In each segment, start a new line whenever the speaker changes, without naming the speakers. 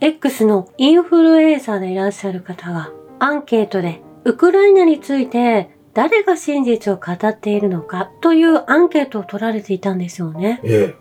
X のインフルエンサーでいらっしゃる方が、アンケートで、ウクライナについて誰が真実を語っているのかというアンケートを取られていたんですよね。
え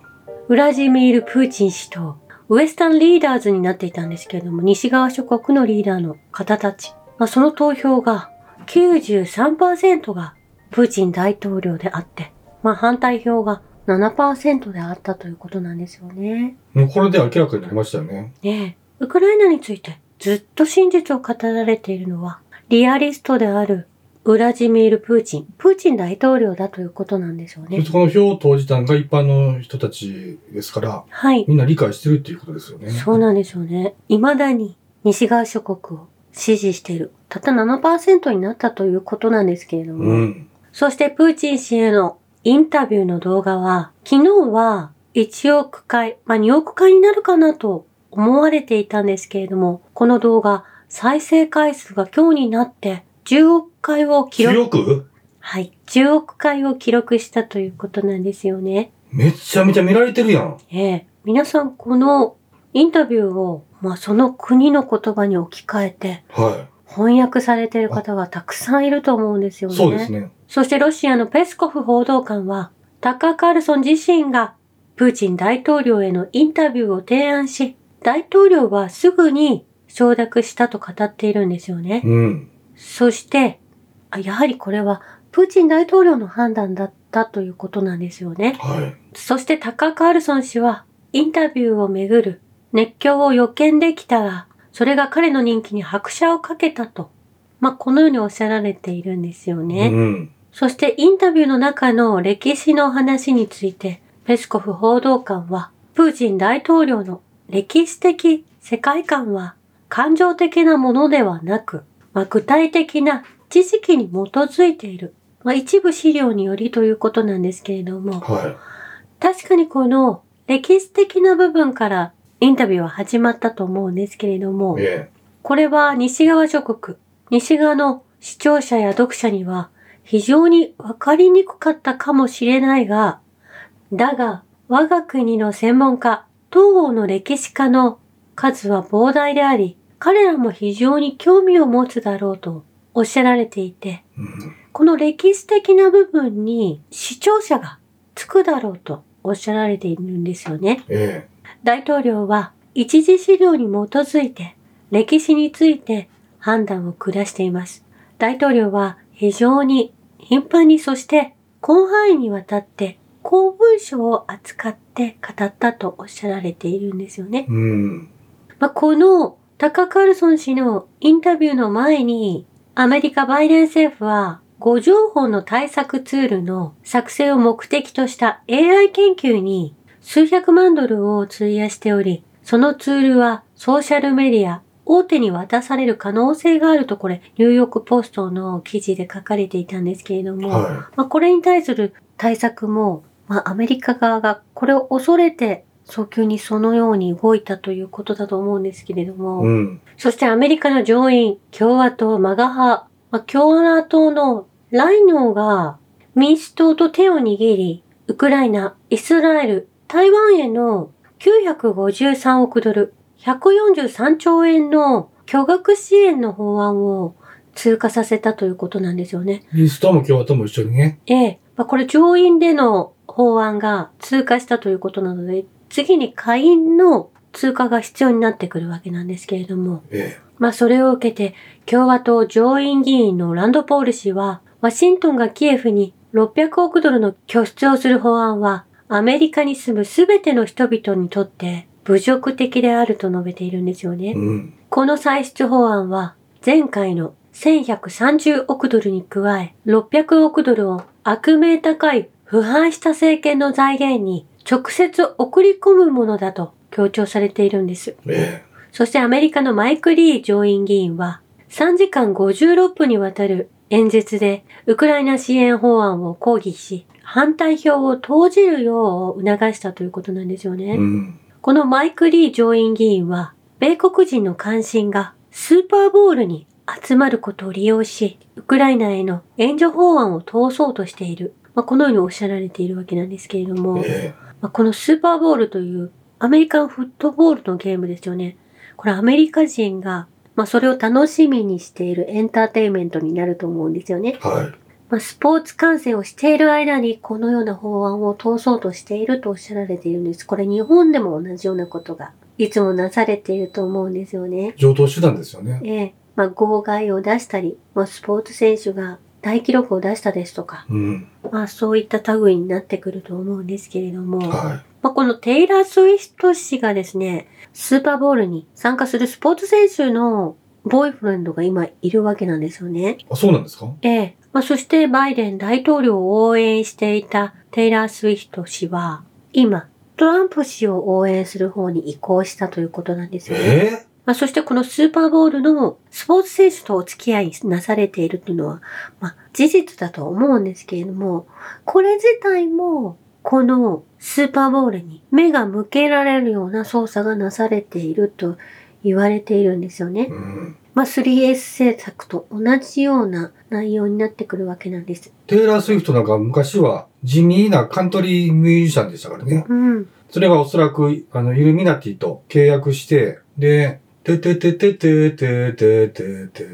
ウラジミール・プーチン氏と、ウエスタンリーダーズになっていたんですけれども、西側諸国のリーダーの方たち、まあ、その投票が93%がプーチン大統領であって、まあ、反対票が7%であったということなんですよね。
え。もうこれで明らかになりましたよね。
ねえ、ウクライナについてずっと真実を語られているのは、リアリストであるウラジミール・プーチン、プーチン大統領だということなんですよ
そ
ね
して。この票を投じたのが一般の人たちですから、
はい。
みんな理解してるっていうことですよね。
そうなんですよね。未だに西側諸国を支持している。たった7%になったということなんですけれども。
うん。
そしてプーチン氏へのインタビューの動画は、昨日は1億回、まあ2億回になるかなと思われていたんですけれども、この動画、再生回数が今日になって10億回を記録、
強く
はい、10億回を記録したということなんですよね。
めちゃめちゃ見られてるやん。
ええ、皆さんこのインタビューを、まあ、その国の言葉に置き換えて
は
翻訳されている方がたくさんいると思うんですよ
い。
ね。
そうですね。
そしてロシアのペスコフ報道官は、タッカー・カールソン自身がプーチン大統領へのインタビューを提案し、大統領はすぐに承諾したと語っているんですよね。
うん。
そして、あやはりこれはプーチン大統領の判断だったということなんですよね。
はい。
そしてタカ・カールソン氏は、インタビューをめぐる熱狂を予見できたが、それが彼の人気に拍車をかけたと、まあ、このようにおっしゃられているんですよね。
うん。
そしてインタビューの中の歴史の話について、ペスコフ報道官は、プーチン大統領の歴史的世界観は感情的なものではなく、まあ、具体的な知識に基づいている、まあ、一部資料によりということなんですけれども、
は
確かにこの歴史的な部分からインタビューは始まったと思うんですけれども
い。、え
これは西側諸国、西側の視聴者や読者には非常にわかりにくかったかもしれないが、だが我が国の専門家、東欧の歴史家の数は膨大であり、彼らも非常に興味を持つだろうとおっしゃられていて、
え。うん。
この歴史的な部分に視聴者がつくだろうとおっしゃられているんですよね。
え
大統領は一次資料に基づいて歴史について判断を下しています。大統領は非常に頻繁にそして広範囲にわたって公文書を扱って語ったとおっしゃられているんですよね
え。。うん。
まあ、このタカ・カルソン氏のインタビューの前に、アメリカ・バイデン政府は、誤情報の対策ツールの作成を目的とした AI 研究に数百万ドルを費やしており、そのツールはソーシャルメディア、大手に渡される可能性があるとこれ、ニューヨークポストの記事で書かれていたんですけれども、
は
まあ、これに対する対策も、まあ、アメリカ側がこれを恐れて早急にそのように動いたということだと思うんですけれど
い。
も、
うん。
そしてアメリカの上院、共和党、マガ派、まあ、共和党のライノーが民主党と手を握り、ウクライナ、イスラエル、台湾への953億ドル、143兆円の巨額支援の法案を通過させたということなんですよね。
リストも共和党も一緒にね。
ええ、まあ、これ上院での法案が通過したということなので、次に下院の通過が必要になってくるわけなんですけれども、
え
まあそれを受けて共和党上院議員のランドポール氏は、ワシントンがキエフに600億ドルの拠出をする法案は、アメリカに住むすべての人々にとって侮辱的であると述べているんですよね。
え。うん。
この歳出法案は前回の1130億ドルに加え600億ドルを悪名高い腐敗した政権の財源に直接送り込むものだと強調されているんです。
え
そしてアメリカのマイク・リー上院議員は3時間56分にわたる演説でウクライナ支援法案を抗議し反対票を投じるよう促したということなんですよね。
え。うん。
このマイク・リー上院議員は、米国人の関心がスーパーボールに集まることを利用し、ウクライナへの援助法案を通そうとしている。まあ、このようにおっしゃられているわけなんですけれども、
え
まあ、このスーパーボールというアメリカンフットボールのゲームですよね。これアメリカ人が、まあ、それを楽しみにしているエンターテインメントになると思うんですよね。
はい。
まあ、スポーツ観戦をしている間にこのような法案を通そうとしているとおっしゃられているんです。これ日本でも同じようなことがいつもなされていると思うんですよね。
上等手段ですよね。
ええまあ、号外を出したり、まあ、スポーツ選手が大記録を出したですとか、
うん。
まあ、そういった類になってくると思うんですけれども、
は
まあ、このテイラー・スウィフト氏がですね、スーパーボールに参加するスポーツ選手のボーイフレンドが今いるわけなんですよね。
い。あ、そうなんですか
ええ。まあ、そしてバイデン大統領を応援していたテイラー・スウィフト氏は、今、トランプ氏を応援する方に移行したということなんですよね。
え
まあ、そしてこのスーパーボールのスポーツ選手とお付き合いなされているというのは、まあ、事実だと思うんですけれども、これ自体も、このスーパーボールに目が向けられるような操作がなされていると言われているんですよね
ー、。うん。
まあ、3S 政策と同じような内容になってくるわけなんです。
テイラー・スウィフトなんか昔は地味なカントリーミュージシャンでしたからね。
うん。
それがおそらく、あの、イルミナティと契約して、で、ててててててててててて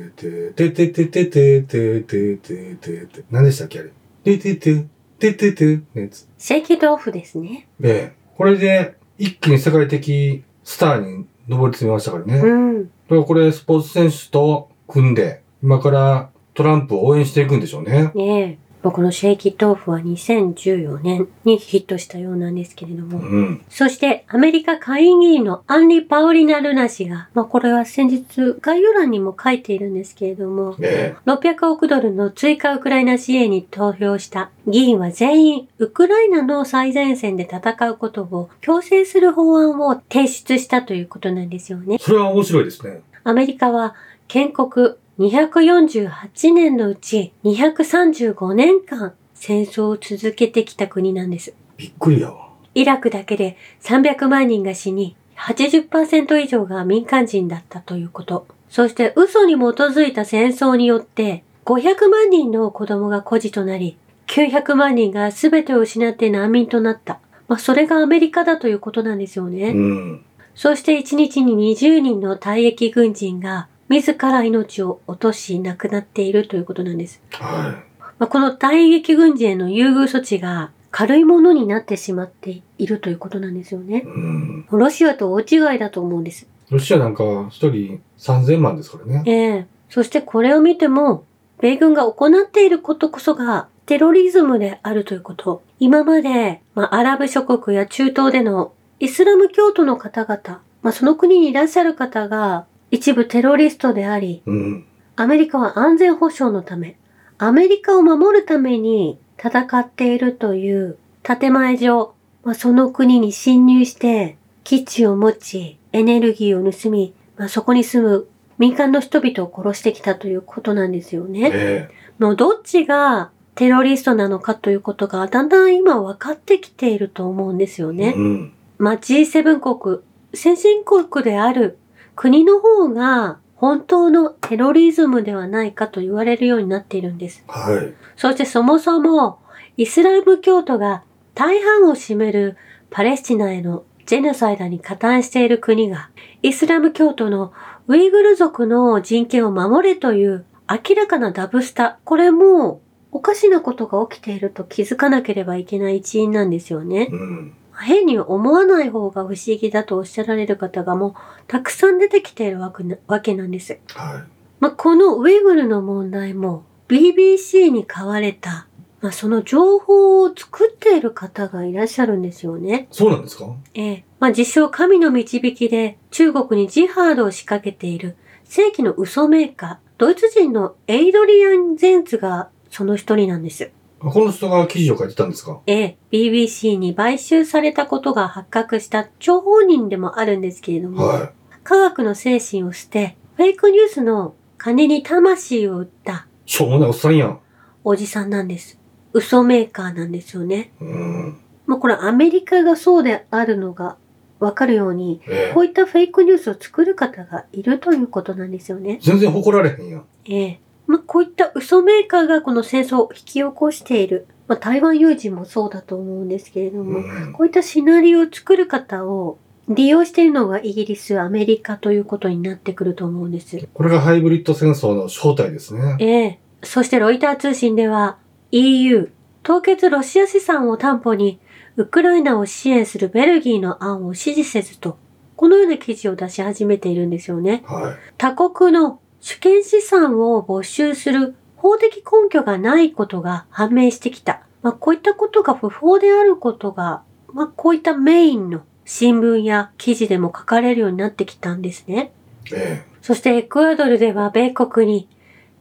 ててててててててて何でしたっけあれててててててのやつ。
シェイキドオフですね。
で、これで一気に世界的スターに上り詰めましたからね。
うん。
だからこれスポーツ選手と組んで、今からトランプを応援していくんでしょうね。
ねえ。まあこのシェイキ豆腐は2014年にヒットしたようなんですけれども、
うん。
そして、アメリカ下院議員のアンリ・パオリナ・ルナ氏が、まあこれは先日概要欄にも書いているんですけれども、
え
600億ドルの追加ウクライナ支援に投票した議員は全員ウクライナの最前線で戦うことを強制する法案を提出したということなんですよね
え。。それは面白いですね。
アメリカは建国248年のうち235年間戦争を続けてきた国なんです。
びっくりやわ。
イラクだけで300万人が死に、80%以上が民間人だったということ。そして嘘に基づいた戦争によって、500万人の子供が孤児となり、900万人が全てを失って難民となった。まあ、それがアメリカだということなんですよね。
うん。
そして1日に20人の退役軍人が、自ら命を落とし亡くなっているということなんです。
は
まあ、この退役軍人への優遇措置が軽いものになってしまっているということなんですよ
い。
ね。
うん。
ロシアと大違いだと思うんです。
ロシアなんか一人3000万ですからね。
ええそしてこれを見ても、米軍が行っていることこそがテロリズムであるということ。今まで、まあ、アラブ諸国や中東でのイスラム教徒の方々、まあ、その国にいらっしゃる方が一部テロリストであり、
うん。
アメリカは安全保障のため、アメリカを守るために戦っているという建前上、まあ、その国に侵入して基地を持ち、エネルギーを盗み、まあ、そこに住む民間の人々を殺してきたということなんですよね。
え
もうどっちがテロリストなのかということがだんだん今分かってきていると思うんですよ
え
ね。
うん。
まあ、G7 国、先進国である国の方が本当のテロリズムではないかと言われるようになっているんです。
はい。
そしてそもそもイスラム教徒が大半を占めるパレスチナへのジェノサイダに加担している国がイスラム教徒のウイグル族の人権を守れという明らかなダブスタ。これもおかしなことが起きていると気づかなければいけない一因なんですよね。
うん。
変に思わない方が不思議だとおっしゃられる方がもうたくさん出てきているわけなわけなんです。
は
まあ、このウイグルの問題も BBC に買われた、まあ、その情報を作っている方がいらっしゃるんですよね。
い。そうなんですか
ええ。まあ、自称神の導きで中国にジハードを仕掛けている正規の嘘メーカー、ドイツ人のエイドリアン・ゼンツがその一人なんです。
あこの人が記事を書いてたんですか
A、BBC に買収されたことが発覚した張本人でもあるんですけれども、
は
科学の精神を捨て、フェイクニュースの金に魂を売った
い。しょうもないおっさんやん。
おじさんなんです。嘘メーカーなんですよね。
うん。
もうこれアメリカがそうであるのがわかるように、
ええ
こういったフェイクニュースを作る方がいるということなんですよね。
全然誇られへんやん。
ええ。まあ、こういった嘘メーカーがこの戦争を引き起こしている。まあ、台湾有事もそうだと思うんですけれども、
うん。
こういったシナリオを作る方を利用しているのがイギリス、アメリカということになってくると思うんです。
これがハイブリッド戦争の正体ですね。
ええ。そしてロイター通信では EU、凍結ロシア資産を担保にウクライナを支援するベルギーの案を支持せずと、このような記事を出し始めているんですよね。
はい。
他国の主権資産を没収する法的根拠がないことが判明してきた。まあ、こういったことが不法であることが、まあ、こういったメインの新聞や記事でも書かれるようになってきたんですね。
え
そしてエクアドルでは米国に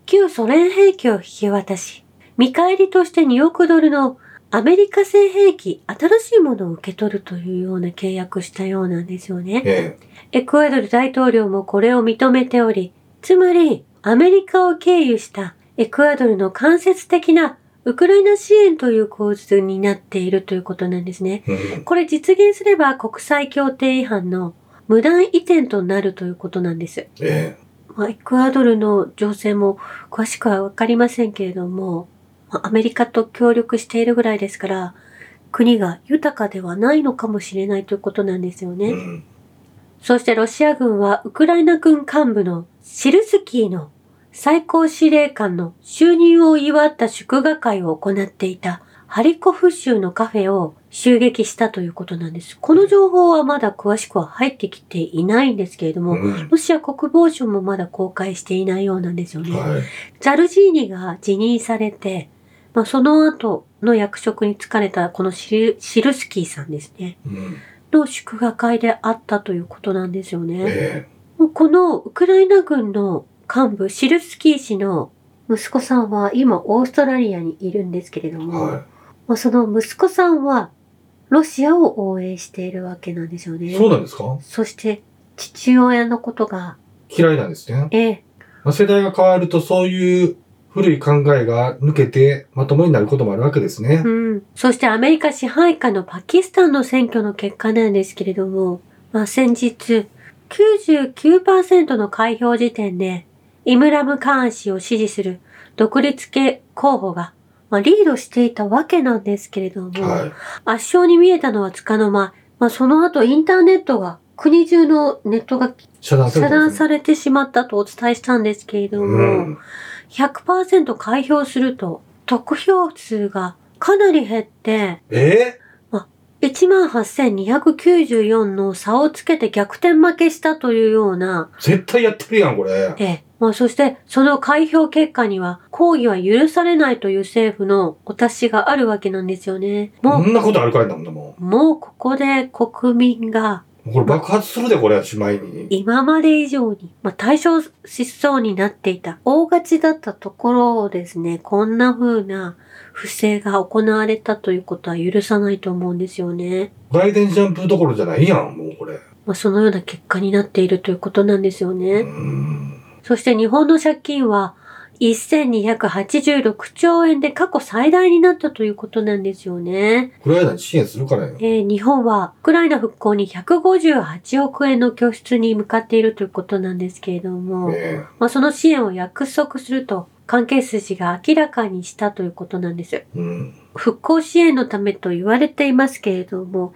旧ソ連兵器を引き渡し、見返りとして2億ドルのアメリカ製兵器、新しいものを受け取るというような契約したようなんですよ
え
ね。
え
エクアドル大統領もこれを認めており、つまりアメリカを経由したエクアドルの間接的なウクライナ支援という構図になっているということなんですね。
えうん
これ実現すれば国際協定違反の無断移転となるということなんです。
え
まあ、エクアドルの情勢も詳しくはわかりませんけれども、まあアメリカと協力しているぐらいですから、国が豊かではないのかもしれないということなんですよ
え
ね。
うん
そしてロシア軍はウクライナ軍幹部のシルスキーの最高司令官の就任を祝った祝賀会を行っていたハリコフ州のカフェを襲撃したということなんです。この情報はまだ詳しくは入ってきていないんですけれども、
うん
ロシア国防省もまだ公開していないようなんですよね。
はい。
ザルジーニが辞任されて、まあ、その後の役職に就かれたこのシルシルスキーさんですね。
うん
の祝賀会であったということなんですよね。
え
もうこのウクライナ軍の幹部、シルスキー氏の息子さんは今オーストラリアにいるんですけれど
え
も、
は
まあその息子さんはロシアを応援しているわけなんですよ
い。
ね。
そうなんですか
そして父親のことが、
嫌いなんですね。
ええ、
まあ世代が変わるとそういう古い考えが抜けてまともになることもあるわけですね。
うん、そしてアメリカ支配下のパキスタンの選挙の結果なんですけれども、まあ、先日99%の開票時点でイムラム・カーン氏を支持する独立系候補が、まあ、リードしていたわけなんですけれども、
はい。
圧勝に見えたのはつかの間、まあ、その後インターネットが国中のネットが
遮断さ
遮断され
れてますね
てしまったとお伝えしたんですけれども、
うん。
100%開票すると、得票数がかなり減って、
え
18,294の差をつけて逆転負けしたというような、
絶対やってるやん、これ。
ええ、まあそしてその開票結果には抗議は許されないという政府のお達しがあるわけなんですよね。
こ
も
んなことあるかいなんだも
う、もうここで国民が
ん。これ爆発するで、これ、しまいに。
今まで以上に、まあ、対象失踪になっていた、大勝ちだったところをですね、こんな風な不正が行われたということは許さないと思うんですよね。
バイデンジャンプどころじゃないやん、もうこれ。
まあ、そのような結果になっているということなんですよ
う
ね。
ん。
そして日本の借金は、1286兆円で過去最大になったということなんですよね。
ウクライナに支援するからよ。
えー日本はウクライナ復興に158億円の拠出に向かっているということなんですけれども。
え
まあ、その支援を約束すると関係筋が明らかにしたということなんです。
え。うん。
復興支援のためと言われていますけれども、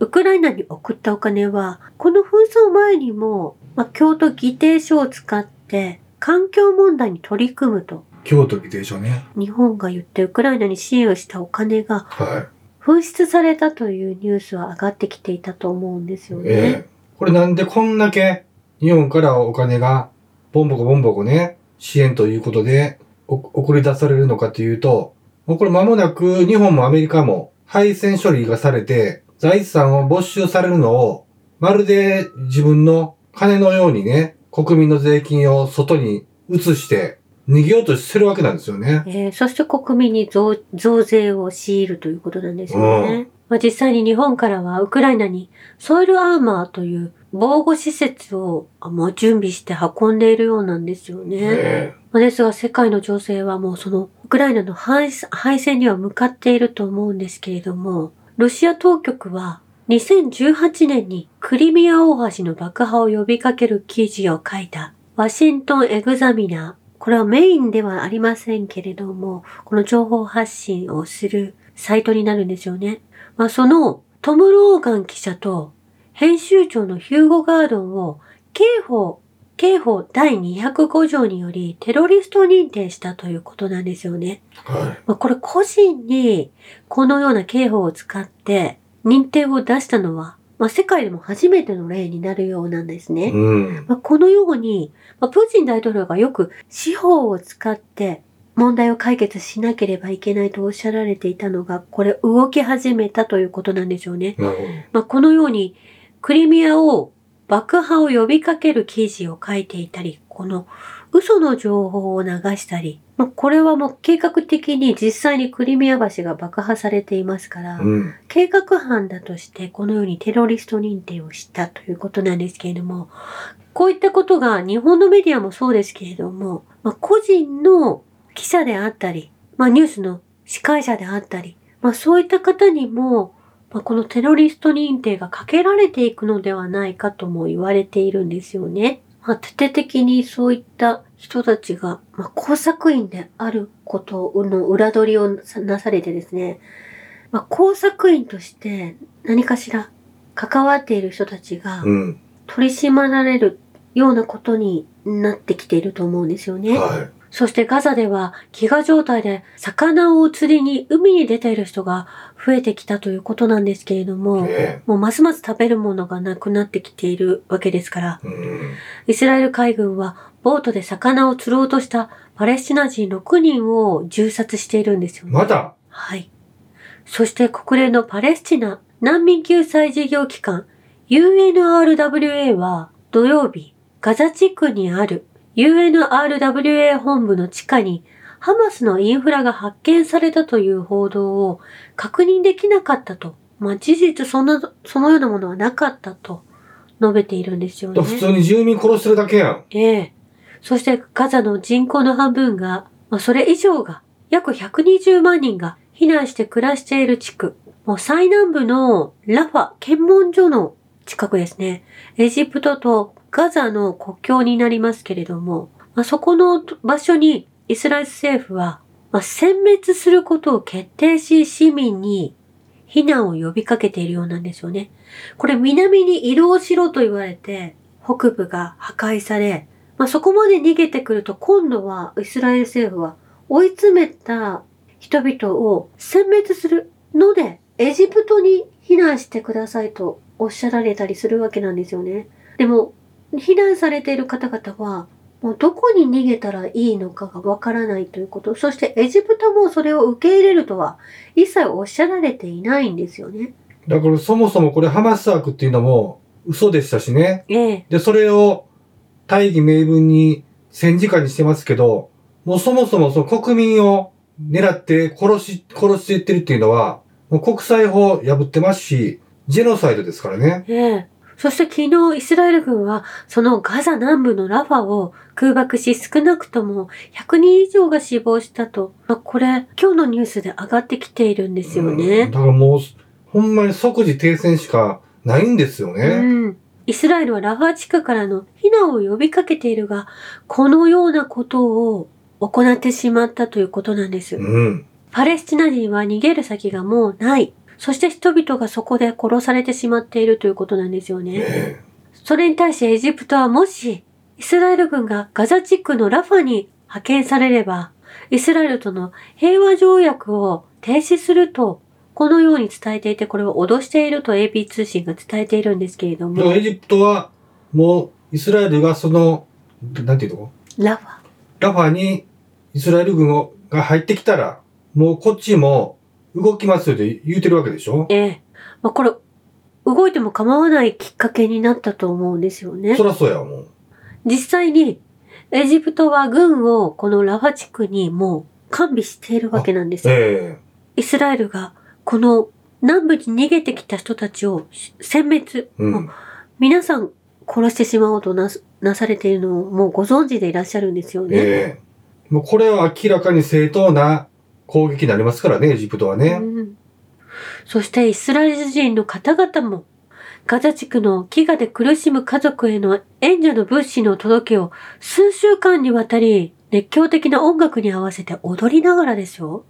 ウクライナに送ったお金は、この紛争前にも、まあ、京都議定書を使って環境問題に取り組むと、
京都議定書ね。
日本が言ってウクライナに支援をしたお金が
は
紛失されたというニュースは上がってきていたと思うんです
い
よ。ね。
ええ。これなんでこんだけ日本からお金がボンボコボンボコね、支援ということでお送り出されるのかというと、もうこれ間もなく日本もアメリカも敗戦処理がされて財産を没収されるのをまるで自分の金のようにね、国民の税金を外に移して逃げようとしてるわけなんですよね。
えーそして国民に増増税を強いるということなんですよね。
う
まあ、実際に日本からはウクライナにソイルアーマーという防護施設をあもう準備して運んでいるようなんですよね。
え
まあですが世界の情勢はもうそのウクライナの敗敗戦には向かっていると思うんですけれども、ロシア当局は2018年にクリミア大橋の爆破を呼びかける記事を書いたワシントンエグザミナー。これはメインではありませんけれども、この情報発信をするサイトになるんですよね。まあ、そのトム・ローガン記者と編集長のヒューゴ・ガードンを刑法、刑法第205条によりテロリスト認定したということなんですよね。
はい。
まあ、これ個人にこのような刑法を使って認定を出したのは、まあ、世界でも初めての例になるようなんですね。
うん。
まあ、このように、まあ、プーチン大統領がよく司法を使って問題を解決しなければいけないとおっしゃられていたのが、これ動き始めたということなんでしょうね。
なる
まあ、このように、クリミアを爆破を呼びかける記事を書いていたり、この嘘の情報を流したり、まあ、これはもう計画的に実際にクリミア橋が爆破されていますから
ほど。、うん。
計画犯だとしてこのようにテロリスト認定をしたということなんですけれども、こういったことが日本のメディアもそうですけれども、まあ、個人の記者であったり、まあ、ニュースの司会者であったり、まあ、そういった方にも、まあ、このテロリスト認定がかけられていくのではないかとも言われているんですよね。まあ、徹底的にそういった人たちが、まあ、工作員であることの裏取りをさなされてですね、まあ、工作員として何かしら関わっている人たちが
うん。
取り締まられるようなことになってきていると思うんですよね。
は
そしてガザでは飢餓状態で魚を釣りに海に出ている人が増えてきたということなんですけれど
い。
も
ね、え。
もうますます食べるものがなくなってきているわけですから、
うん。
イスラエル海軍はボートで魚を釣ろうとしたパレスチナ人6人を銃殺しているんですよね。
まだ
はい。そして国連のパレスチナ難民救済事業機関 UNRWA は土曜日、ガザ地区にある UNRWA 本部の地下にハマスのインフラが発見されたという報道を確認できなかったと。まあ、事実そんな、そのようなものはなかったと述べているんですよね。
普通に住民殺してるだけやん。
ええ。そしてガザの人口の半分が、まあ、それ以上が、約120万人が避難して暮らしている地区。もう最南部のラファ検問所の近くですね。エジプトとガザの国境になりますけれども、まあ、そこの場所にイスラエル政府は、まあ、殲滅することを決定し市民に避難を呼びかけているようなんですよね。これ南に移動しろと言われて、北部が破壊され、まあ、そこまで逃げてくると今度はイスラエル政府は追い詰めた人々を殲滅するので、エジプトに避難してくださいとおっしゃられたりするわけなんですよね。でも、避難されている方々は、もうどこに逃げたらいいのかがわからないということ。そしてエジプトもそれを受け入れるとは一切おっしゃられていないんですよね。
だからそもそもこれハマス枠っていうのも嘘でしたしね。
ええ。
で、それを大義名分に戦時下にしてますけど、もうそもそもその国民を狙って殺し、殺していってるっていうのは、もう国際法破ってますし、ジェノサイドですからね。
ええ。そして昨日イスラエル軍はそのガザ南部のラファを空爆し少なくとも100人以上が死亡したと。まあ、これ今日のニュースで上がってきているんですよ
うん
ね。
だからもう、ほんまに即時停戦しかないんですよ
う
ね。
ん。イスラエルはラファ地区からの避難を呼びかけているが、このようなことを行ってしまったということなんです。
うん。
パレスチナ人は逃げる先がもうない。そして人々がそこで殺されてしまっているということなんですよね。
え
それに対してエジプトはもし、イスラエル軍がガザ地区のラファに派遣されれば、イスラエルとの平和条約を停止すると、このように伝えていて、これを脅していると AP 通信が伝えているんですけれど
えだから
も、
エジプトは、もう、イスラエルがその、なんていうの
ラファ。
ラファにイスラエル軍をが入ってきたら、もうこっちも動きますよって言うてるわけでしょ
ええ。まあ、これ、動いても構わないきっかけになったと思うんですよね
そ。らそうやわ、もう。
実際に、エジプトは軍をこのラファ地区にもう完備しているわけなんですよ。
え
イスラエルがこの南部に逃げてきた人たちを殲滅、
えう。
もうん皆さん殺してしまおうとなすなされているのをもうご存知でいらっしゃるんですよね。
ええもうこれは明らかに正当な攻撃になりますからね、エジプトはね。
うんそしてイスラエル人の方々もガザ地区の飢餓で苦しむ家族への援助の物資の届けを数週間にわたり熱狂的な音楽に合わせて踊りながらですよ。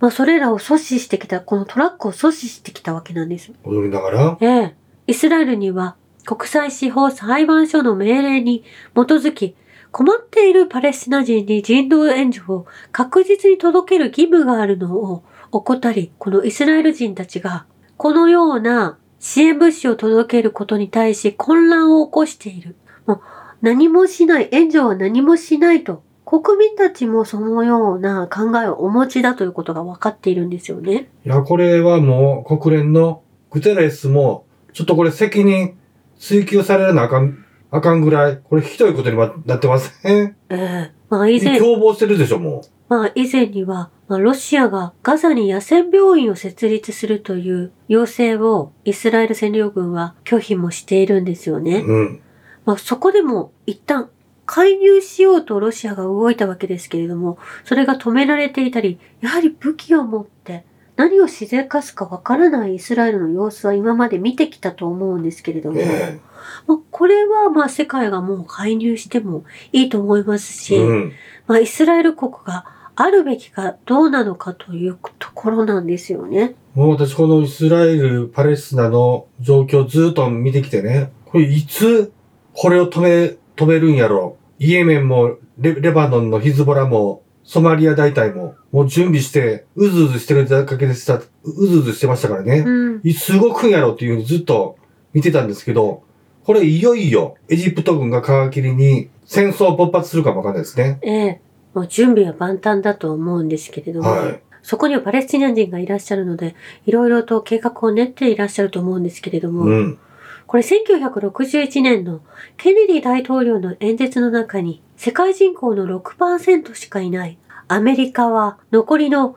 まあそれらを阻止してきた、このトラックを阻止してきたわけなんです。
踊りながら。
ええ。イスラエルには国際司法裁判所の命令に基づき、困っているパレスチナ人に人道援助を確実に届ける義務があるのを怠り、このイスラエル人たちが、このような支援物資を届けることに対し混乱を起こしている。もう何もしない、援助は何もしないと、国民たちもそのような考えをお持ちだということが分かっているんですよね。
いや、これはもう国連のグテレスも、ちょっとこれ責任追及されなあかん、あかんぐらい、これひどいことにはなってません。
ええまあ以前、
共謀してるでしょ、も
まあ以前には、まあ、ロシアがガザに野戦病院を設立するという要請をイスラエル占領軍は拒否もしているんですよ
う。
ね。
うん。
まあそこでも一旦介入しようとロシアが動いたわけですけれども、それが止められていたり、やはり武器を持って何をしでかすかわからないイスラエルの様子は今まで見てきたと思うんですけれども、
え
まあこれはまあ世界がもう介入してもいいと思いますし、
えうん。
まあ、イスラエル国があるべきかどうなのかというところなんですよね。
もう私このイスラエル、パレスチナの状況ずっと見てきてね、これいつこれを止め、止めるんやろ。イエメンもレレバノンのヒズボラもソマリア大隊ももう準備してうずうずしてるだけでした、ううずうずしてましたからね。
うん。
いつ動くんやろっていうふうにずっと見てたんですけど、これいよいよエジプト軍が皮切りに戦争を勃発するかもわかんないですね。
ええ。もう準備は万端だと思うんですけれども、
はい。
そこにはパレスチナ人がいらっしゃるので、いろいろと計画を練っていらっしゃると思うんですけれども、
うん。
これ1961年のケネディ大統領の演説の中に、世界人口の6%しかいないアメリカは残りの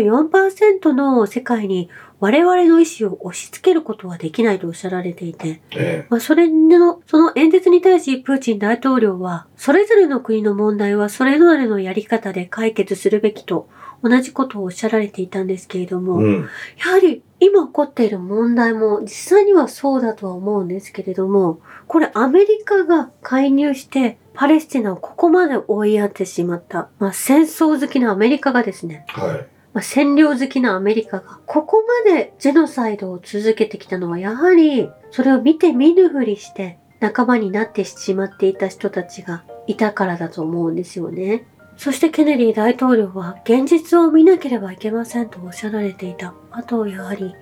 94%の世界に我々の意思を押し付けることはできないとおっしゃられていて、
え
まあ、それの、その演説に対しプーチン大統領は、それぞれの国の問題はそれぞれのやり方で解決するべきと同じことをおっしゃられていたんですけれど
え
も、
うん。
やはり今起こっている問題も実際にはそうだとは思うんですけれども、これアメリカが介入してパレスチナをここまで追いやってしまった、まあ、戦争好きなアメリカがですね、
はい。
まあ、占領好きなアメリカがここまでジェノサイドを続けてきたのはやはりそれを見て見ぬふりして仲間になってしまっていた人たちがいたからだと思うんですよね。そしてケネディ大統領は現実を見なければいけませんとおっしゃられていた。あとやはり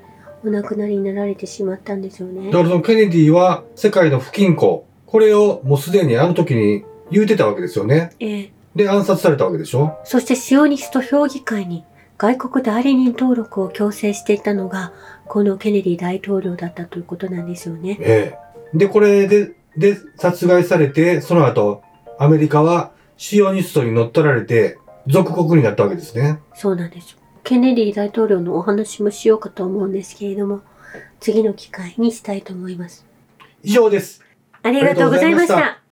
お亡くなりになられてしまったんですよね
だか。らそのケネディは世界の不均衡、これをもうすでにあの時に言うてたわけですよね。
ええ
で、暗殺されたわけでしょ
そしてシオニスト評議会に外国代理人登録を強制していたのがこのケネディ大統領だったということなんですよね。
ええ。で、これで、で、殺害されて、その後、アメリカはシオニストに乗っ取られて、属国になったわけですね。
そうなんです。ケネディ大統領のお話もしようかと思うんですけれども、次の機会にしたいと思います。
以上です。
ありがとうございまし。
ありがとうございました